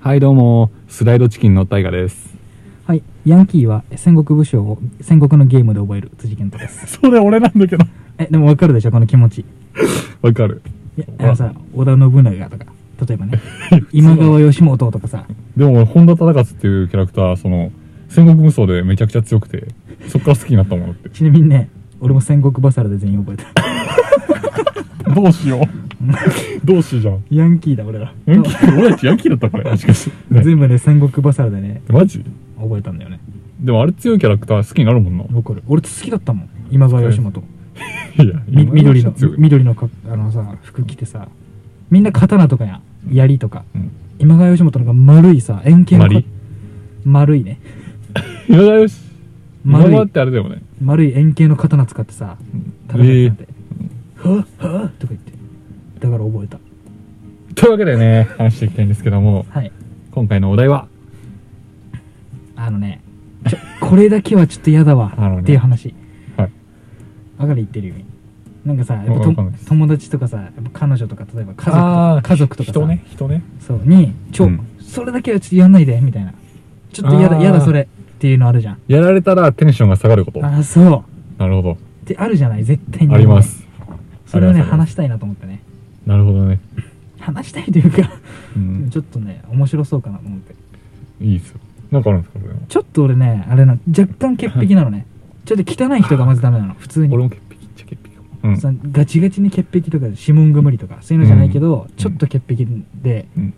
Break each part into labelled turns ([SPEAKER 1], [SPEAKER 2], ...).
[SPEAKER 1] はいどうもスライドチキンの大河です
[SPEAKER 2] はい、ヤンキーは戦国武将を戦国のゲームで覚える辻健太です。
[SPEAKER 1] それ俺なんだけど
[SPEAKER 2] え、でもわかるでしょ、この気持ち。い
[SPEAKER 1] わかる
[SPEAKER 2] や、あのさ、織田信長とか、例え ばね、今川義元とかさ、
[SPEAKER 1] でも俺本田忠勝っていうキャラクターその戦国無双でめちゃくちゃ強くてそっから好きになったもんだって
[SPEAKER 2] ちなみにね、俺も戦国バサラで全員覚えた。
[SPEAKER 1] どうしようどうしようじゃん
[SPEAKER 2] ヤンキーだ、俺ら。
[SPEAKER 1] ヤンキー俺たちヤンキーだったこれもしかして、ね
[SPEAKER 2] 全部ね、戦国バサラでね、
[SPEAKER 1] マジ
[SPEAKER 2] 覚えたんだよね。
[SPEAKER 1] でもあれ強いキャラクター好きになるもんな
[SPEAKER 2] わかる。俺好きだったもん、今川義元。
[SPEAKER 1] いや
[SPEAKER 2] み緑の、
[SPEAKER 1] 強い
[SPEAKER 2] 緑のか、あのさ、服着てさ、みんな刀とかや、槍とか、
[SPEAKER 1] うん
[SPEAKER 2] 今川義元のが丸いさ、円形のか
[SPEAKER 1] 丸い
[SPEAKER 2] 丸いね。
[SPEAKER 1] 今川よし今
[SPEAKER 2] 丸い
[SPEAKER 1] 川ってあれだよね
[SPEAKER 2] 丸い円形の刀使ってさ戦
[SPEAKER 1] え
[SPEAKER 2] って
[SPEAKER 1] え
[SPEAKER 2] たんで「はぁはぁ」とか言ってだから覚えた
[SPEAKER 1] というわけでね話していきたいんですけども
[SPEAKER 2] はい
[SPEAKER 1] 今回のお題は
[SPEAKER 2] あのねち ょこれだけはちょっと嫌だわ
[SPEAKER 1] あのね
[SPEAKER 2] っていう話
[SPEAKER 1] はい
[SPEAKER 2] あがり言ってるよなんかさやっぱ
[SPEAKER 1] わ
[SPEAKER 2] と
[SPEAKER 1] かんないです
[SPEAKER 2] 友達とかさやっぱ彼女とか例えば家族と
[SPEAKER 1] あ
[SPEAKER 2] か
[SPEAKER 1] ー
[SPEAKER 2] 家族とかさ
[SPEAKER 1] 人ね人ね
[SPEAKER 2] そうに「ちょ、
[SPEAKER 1] うん
[SPEAKER 2] それだけはちょっとやんないで」みたいな「ちょっと嫌
[SPEAKER 1] あ
[SPEAKER 2] だ
[SPEAKER 1] ー
[SPEAKER 2] 嫌だそれ」っていうのあるじゃん
[SPEAKER 1] やられたらテンションが下がること
[SPEAKER 2] ああそう
[SPEAKER 1] なるほど
[SPEAKER 2] ってあるじゃない絶対に
[SPEAKER 1] あります
[SPEAKER 2] それをね
[SPEAKER 1] ありますあります
[SPEAKER 2] 話したいなと思ってね
[SPEAKER 1] なるほどね、
[SPEAKER 2] 話したいというか
[SPEAKER 1] うん、
[SPEAKER 2] ちょっとね面白そうかなと思って
[SPEAKER 1] いいですよなんかあるんですかそれは
[SPEAKER 2] ちょっと俺ねあれな若干潔癖なのねちょっと汚い人がまずダメなの普通に
[SPEAKER 1] 俺も潔癖っちゃ潔癖かもうん
[SPEAKER 2] そのガチガチに潔癖とか指紋が無理とかそういうのじゃないけど、ちょっと潔癖で、
[SPEAKER 1] うん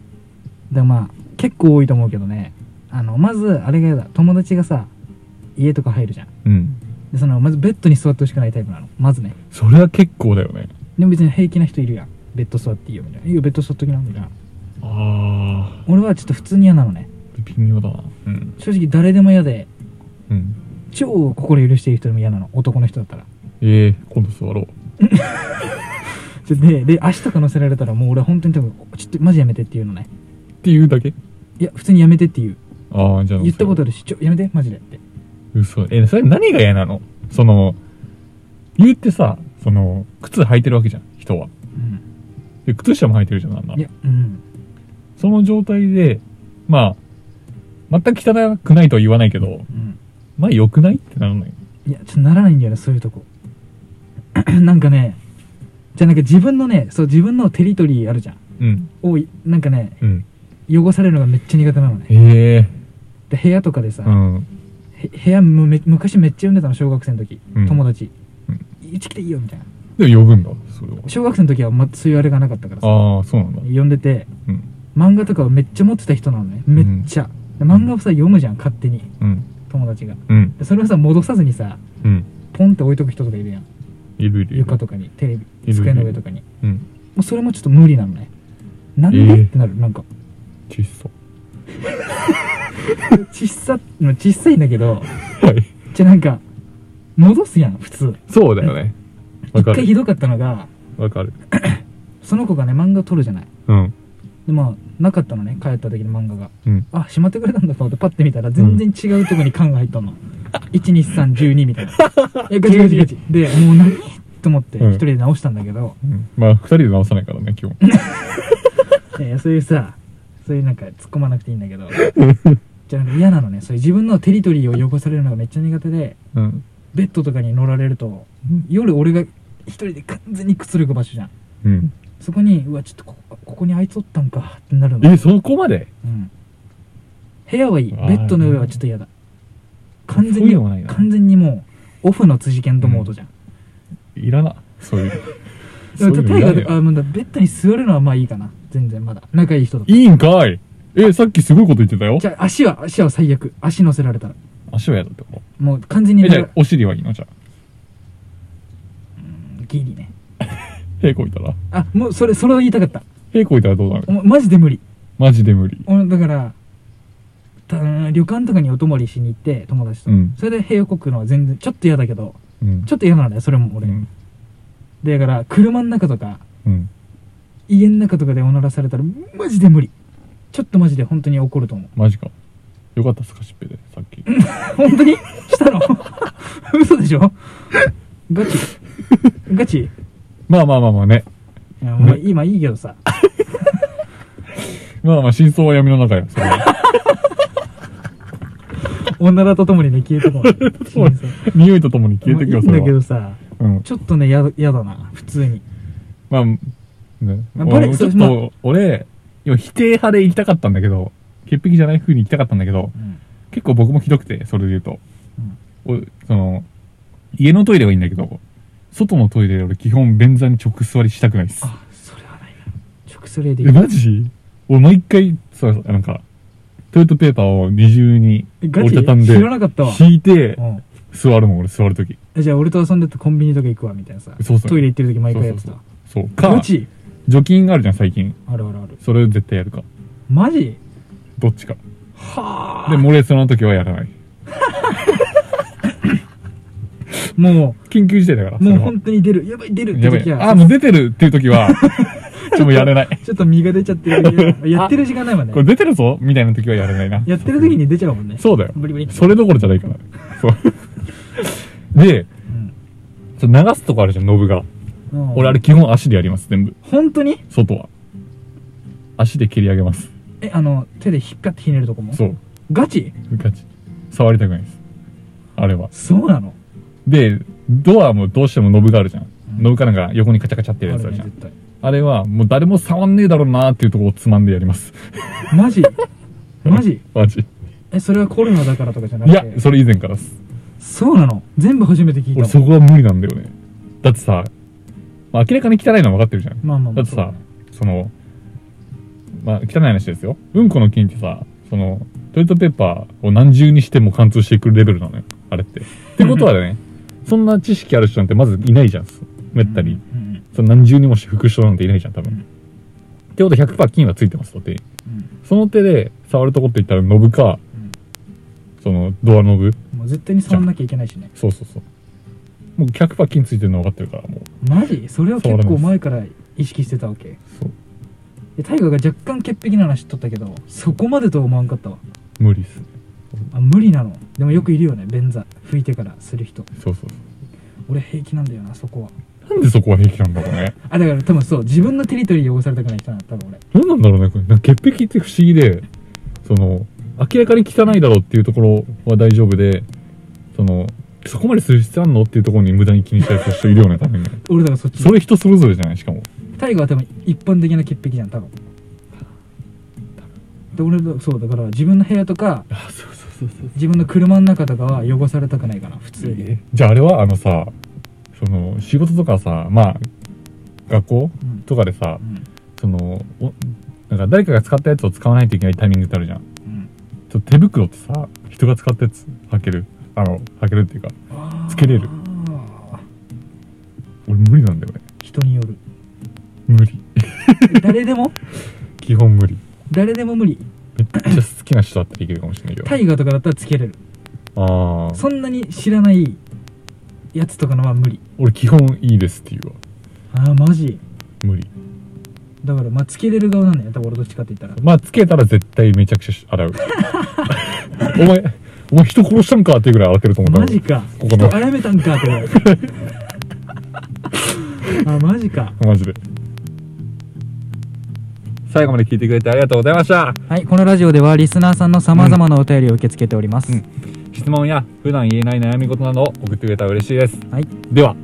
[SPEAKER 2] でまあ結構多いと思うけどねあのまずあれが嫌だ友達がさ家とか入るじゃん
[SPEAKER 1] うん
[SPEAKER 2] でそのまずベッドに座ってほしくないタイプなのまずね
[SPEAKER 1] それは結構だよね
[SPEAKER 2] でも別に平気な人いるやんベッド座っていいよみたいな「いいよベッド座っときな」みたいな
[SPEAKER 1] あ
[SPEAKER 2] 俺はちょっと普通に嫌なのね
[SPEAKER 1] ー微妙だなうん
[SPEAKER 2] 正直誰でも嫌で
[SPEAKER 1] うん
[SPEAKER 2] 超心許している人でも嫌なの男の人だったら
[SPEAKER 1] ええー、今度座ろう
[SPEAKER 2] ちょでで足とか乗せられたらもう俺本当に多分ちょっとマジやめてっていうのね
[SPEAKER 1] っていうだけ
[SPEAKER 2] いや普通にやめてっていう
[SPEAKER 1] ああじゃあ
[SPEAKER 2] 言ったことあるしちょやめてマジでって
[SPEAKER 1] 嘘えそれ何が嫌なのその言ってさその靴履いてるわけじゃん人は
[SPEAKER 2] うん
[SPEAKER 1] で靴下も履いてるじゃんなんだ
[SPEAKER 2] いやうん
[SPEAKER 1] その状態でまあ全く汚くないとは言わないけど
[SPEAKER 2] うん
[SPEAKER 1] まあ良くないってならない
[SPEAKER 2] いやちょっとならないんだよねそういうとこ なんかねじゃあなんか自分のねそう自分のテリトリーあるじゃん
[SPEAKER 1] うん
[SPEAKER 2] おいなんかね
[SPEAKER 1] うん
[SPEAKER 2] 汚されるのがめっちゃ苦手なのね
[SPEAKER 1] へえ
[SPEAKER 2] で部屋とかでさ、
[SPEAKER 1] うん
[SPEAKER 2] へ部屋もめ昔めっちゃ読んでたの小学生の時、
[SPEAKER 1] うん
[SPEAKER 2] 友達
[SPEAKER 1] うん
[SPEAKER 2] 「いち来ていいよ」みたいな
[SPEAKER 1] でも呼ぶんだそれは
[SPEAKER 2] 小学生の時は、ま、そういうあれがなかったからさ
[SPEAKER 1] ああそうなんだ
[SPEAKER 2] 読んでて
[SPEAKER 1] うん
[SPEAKER 2] 漫画とかをめっちゃ持ってた人なのねめっちゃ、で漫画をさ読むじゃん勝手に
[SPEAKER 1] うん
[SPEAKER 2] 友達が
[SPEAKER 1] うん
[SPEAKER 2] でそれをさ戻さずにさ
[SPEAKER 1] うん
[SPEAKER 2] ポンって置いとく人とかいるやん
[SPEAKER 1] いるいるいる
[SPEAKER 2] 床とかにテレ
[SPEAKER 1] いる
[SPEAKER 2] ビ机の上とかにも
[SPEAKER 1] うん
[SPEAKER 2] うそれもちょっと無理なのねなんで、
[SPEAKER 1] えー
[SPEAKER 2] ってなるなんか
[SPEAKER 1] 小さ
[SPEAKER 2] 小さまあ小さいんだけど
[SPEAKER 1] はい
[SPEAKER 2] じゃあなんか戻すやん普通
[SPEAKER 1] そうだよねわ
[SPEAKER 2] 一
[SPEAKER 1] か
[SPEAKER 2] 回ひ
[SPEAKER 1] る
[SPEAKER 2] どかったのが
[SPEAKER 1] わかる
[SPEAKER 2] その子がね漫画撮るじゃない
[SPEAKER 1] うん
[SPEAKER 2] でまあなかったのね帰った時の漫画が
[SPEAKER 1] うん
[SPEAKER 2] あしまってくれたんだと思ってパッて見たら全然違うとこに缶が入っ たの、12312みたいないやガチガチガチでもう何と思って
[SPEAKER 1] うん
[SPEAKER 2] 一人で直したんだけど、
[SPEAKER 1] うんまあ二人で直さないからね今日
[SPEAKER 2] いやいやそういうさそういうなんか突っ込まなくていいんだ けどじゃあなんか嫌なのねそういう自分のテリトリーを汚されるのがめっちゃ苦手で
[SPEAKER 1] うん
[SPEAKER 2] ベッドとかに乗られると夜俺が一人で完全にくつろぐ場所じゃん
[SPEAKER 1] うん
[SPEAKER 2] そこにうわちょっとここここにあいつおったんかってなるの
[SPEAKER 1] えそこまで
[SPEAKER 2] うん部屋はいいベ
[SPEAKER 1] あー
[SPEAKER 2] ッドの上はちょっと嫌だ完全
[SPEAKER 1] そういう
[SPEAKER 2] に
[SPEAKER 1] のはないな
[SPEAKER 2] 完全にもうオフの辻健とモードじゃん、
[SPEAKER 1] いらなそういう
[SPEAKER 2] でも
[SPEAKER 1] そういうの
[SPEAKER 2] 例
[SPEAKER 1] いら
[SPEAKER 2] え
[SPEAKER 1] ねえ
[SPEAKER 2] ばあ
[SPEAKER 1] よ
[SPEAKER 2] まだベッドに座るのはまあいいかな全然まだ仲いい人だと
[SPEAKER 1] いいんかいえさっきすごいこと言ってたよ
[SPEAKER 2] じゃあ足は足は最悪足乗せられたら
[SPEAKER 1] 足はやだってこと
[SPEAKER 2] もう完全に
[SPEAKER 1] えじゃあお尻はいいのじゃあ
[SPEAKER 2] ギリね
[SPEAKER 1] 屁こいたら
[SPEAKER 2] あもうそれそれを言いたかった
[SPEAKER 1] 屁こいたらどうなる
[SPEAKER 2] お前マジで無理
[SPEAKER 1] マジで無理
[SPEAKER 2] 俺だからた旅館とかにお泊まりしに行って友達と、
[SPEAKER 1] うん
[SPEAKER 2] それで部屋こくのは全然ちょっと嫌だけど
[SPEAKER 1] うん
[SPEAKER 2] ちょっと嫌なんだよそれも俺、
[SPEAKER 1] うん
[SPEAKER 2] でだから車の中とか
[SPEAKER 1] うん
[SPEAKER 2] 家の中とかでおならされたらマジで無理ちょっとマジで本当に怒ると思う
[SPEAKER 1] マジかよかったっすかしっぺでさっき
[SPEAKER 2] 本当にしたの 嘘でしょガチガチい
[SPEAKER 1] まあまあまあまあね
[SPEAKER 2] やもう今いいけどさ
[SPEAKER 1] まあまあ、真相は闇の中よ、それ は
[SPEAKER 2] 女だとともにね、消えてこない。
[SPEAKER 1] そう匂いとともに消えてくよ、
[SPEAKER 2] いい
[SPEAKER 1] そ
[SPEAKER 2] ん
[SPEAKER 1] れ
[SPEAKER 2] だけど
[SPEAKER 1] は。
[SPEAKER 2] さ、
[SPEAKER 1] うん。
[SPEAKER 2] ちょっとね、やだやだな、普通に。
[SPEAKER 1] まあ、ね。
[SPEAKER 2] まあバレ
[SPEAKER 1] 俺ちょっ
[SPEAKER 2] ま
[SPEAKER 1] と、俺、今否定派で行きたかったんだけど、潔癖じゃない風に行きたかったんだけど
[SPEAKER 2] う、ん。
[SPEAKER 1] 結構僕もひどくて、それで言うと。
[SPEAKER 2] うん
[SPEAKER 1] おその、家のトイレはいいんだけど、外のトイレで俺基本便座に直座りしたくないです。
[SPEAKER 2] あ、それはないな。直それでいい
[SPEAKER 1] え、。マジ俺毎回、さ、なんか、トイレットペーパーを二重に
[SPEAKER 2] えガチ
[SPEAKER 1] 折りたたんで
[SPEAKER 2] 知、らなかったわ。
[SPEAKER 1] 引いて
[SPEAKER 2] う、ん
[SPEAKER 1] 座るもん、俺座るとき。
[SPEAKER 2] え。じゃあ俺と遊んでてコンビニとか行くわ、みたいなさ。
[SPEAKER 1] そうそう
[SPEAKER 2] トイレ行ってる時毎回やってた。
[SPEAKER 1] そう。
[SPEAKER 2] ガ
[SPEAKER 1] か、
[SPEAKER 2] チ
[SPEAKER 1] 除菌があるじゃん、最近。
[SPEAKER 2] あるあるある。
[SPEAKER 1] それ絶対やるか。
[SPEAKER 2] マジ
[SPEAKER 1] どっちか。
[SPEAKER 2] は
[SPEAKER 1] で、漏れそうな時はやらない。
[SPEAKER 2] あ。も
[SPEAKER 1] 緊急事態だから、
[SPEAKER 2] う、
[SPEAKER 1] それ
[SPEAKER 2] もう
[SPEAKER 1] は
[SPEAKER 2] 本。当に出る。やばい、出るっ
[SPEAKER 1] や
[SPEAKER 2] て
[SPEAKER 1] べ
[SPEAKER 2] 時
[SPEAKER 1] え。
[SPEAKER 2] は。
[SPEAKER 1] あ、もう出てるっていう時は、 ちょっともうやれない。
[SPEAKER 2] ちょっと身が出ちゃってる時はやってる時間ないもんね
[SPEAKER 1] こ。れ出てるぞみたいな時はやれないな。
[SPEAKER 2] やってる時に出ちゃうもんね。
[SPEAKER 1] そうだよ。
[SPEAKER 2] ブリブリ。
[SPEAKER 1] それどころじゃないから。そう。 で、
[SPEAKER 2] うん
[SPEAKER 1] ちょっと流すとこあるじゃん、ノブが。
[SPEAKER 2] うん
[SPEAKER 1] 俺あれ基本足でやります、全部。
[SPEAKER 2] 本当に
[SPEAKER 1] 外は。足で蹴り上げます。
[SPEAKER 2] え、あの、手で引っかってひねるとこも
[SPEAKER 1] そう。
[SPEAKER 2] ガチ
[SPEAKER 1] ガチ。触りたくないです。あれは。
[SPEAKER 2] そうなの
[SPEAKER 1] で、ドアもどうしてもノブがあるじゃん。
[SPEAKER 2] うん
[SPEAKER 1] ノブかなんか横にカチャカチャってやるやつあ
[SPEAKER 2] あ
[SPEAKER 1] る
[SPEAKER 2] る
[SPEAKER 1] じ
[SPEAKER 2] ね
[SPEAKER 1] ゃん。
[SPEAKER 2] 絶対
[SPEAKER 1] あれはもう誰も触んねえだろうなーっていうとこをつまんでやります。
[SPEAKER 2] マジマジ
[SPEAKER 1] マジ。
[SPEAKER 2] え、それはコロナだからとかじゃないく
[SPEAKER 1] や、
[SPEAKER 2] て。
[SPEAKER 1] それ以前からです。
[SPEAKER 2] そうなの全部初めて聞いた
[SPEAKER 1] 俺
[SPEAKER 2] もん
[SPEAKER 1] そこは無理なんだよね。だってさ、まあ、明らかに汚いのは分かってるじゃん。
[SPEAKER 2] まあまあま
[SPEAKER 1] だ
[SPEAKER 2] あ。
[SPEAKER 1] ってさ、その、まあ、汚い話ですよ。うんこの菌ってさ、その、トイレットペーパーを何重にしても貫通してくるレベルなのよ。あれって。ってことはね、そんな知識ある人なんてまずいないじゃん。めったに。
[SPEAKER 2] うんうん
[SPEAKER 1] その何重にもして副人なんていないじゃん、多分。
[SPEAKER 2] うん
[SPEAKER 1] ってことは100%菌はついてますと手に。
[SPEAKER 2] うん
[SPEAKER 1] その手で触るとこって言ったらノブか、
[SPEAKER 2] うん
[SPEAKER 1] そのドアノブ。
[SPEAKER 2] うんもう絶対に触んなきゃいけないしね。
[SPEAKER 1] そうそうそう。もう100%菌ついてるの分かってるから、もう。
[SPEAKER 2] マジそれは結
[SPEAKER 1] そうなん
[SPEAKER 2] 構
[SPEAKER 1] です
[SPEAKER 2] 前から意識してたわけ。
[SPEAKER 1] そう。
[SPEAKER 2] えタイガーが若干潔癖な話しとったけど、そこまでとは思わんかったわ。
[SPEAKER 1] 無理っすね。
[SPEAKER 2] あ、無理なの。でもよくいるよね、便座。拭いてからする人。
[SPEAKER 1] そうそう
[SPEAKER 2] 俺平気なんだよな、そこは。
[SPEAKER 1] そう。なんでそこは平気なんだろうね。
[SPEAKER 2] あ、だから多分そう、自分のテリトリー汚されたくない人なの、多分俺。
[SPEAKER 1] なんなんだろうね、これ。なんか潔癖って不思議で、その、明らかに汚いだろうっていうところは大丈夫で、その、そこまでする必要あんのっていうところに無駄に気にしたりする人いるよね、多分ね。
[SPEAKER 2] 俺だからそっち。
[SPEAKER 1] それ人それぞれじゃないしかも。
[SPEAKER 2] タイガーは多分一般的な潔癖じゃん、多分。で、俺だ、そう、だから自分の部屋とか、
[SPEAKER 1] あ、そうそうそうそう。
[SPEAKER 2] 自分の車の中とかは汚されたくないかな、普通に。
[SPEAKER 1] じゃああれは、あのさ、その、仕事とかさ、まあ、学校
[SPEAKER 2] うん。
[SPEAKER 1] とかでさ
[SPEAKER 2] う、ん。
[SPEAKER 1] その、おなんか誰かが使ったやつを使わないといけないタイミングってあるじゃん。
[SPEAKER 2] うん。
[SPEAKER 1] ちょっと手袋ってさ、人が使ったやつ履ける。あの、履けるっていうか、
[SPEAKER 2] あー
[SPEAKER 1] つけれる。俺無理なんだよね。
[SPEAKER 2] 人による。
[SPEAKER 1] 無理。
[SPEAKER 2] 誰でも
[SPEAKER 1] 基本無理。
[SPEAKER 2] 誰でも無理。
[SPEAKER 1] めっちゃ好きな人だったらできるかもしれないけど。
[SPEAKER 2] タイガーとかだったらつけれる。
[SPEAKER 1] ああ。
[SPEAKER 2] そんなに知らないやつとかのは無理。
[SPEAKER 1] 俺基本いいですって言うわ。
[SPEAKER 2] ああ、マジ。
[SPEAKER 1] 無理。
[SPEAKER 2] だから、まあ、つけれる側なんだよ。多分俺どっちかって言ったら。
[SPEAKER 1] まあ、つけたら絶対めちゃくちゃし 洗う。お前、お前人殺したんかっていうぐらい洗ってると思う。
[SPEAKER 2] マジか。
[SPEAKER 1] ここ
[SPEAKER 2] 人
[SPEAKER 1] の
[SPEAKER 2] あやめたんかっ て思う。あ、マジか。
[SPEAKER 1] マジで。最後まで聞いてくれてありがとうございました。
[SPEAKER 2] はい、このラジオではリスナーさんの様々なお便りを受け付けております。
[SPEAKER 1] うん質問や普段言えない悩み事などを送ってくれたら嬉しいです。
[SPEAKER 2] はい、
[SPEAKER 1] では。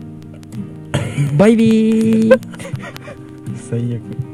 [SPEAKER 2] バイビー最悪。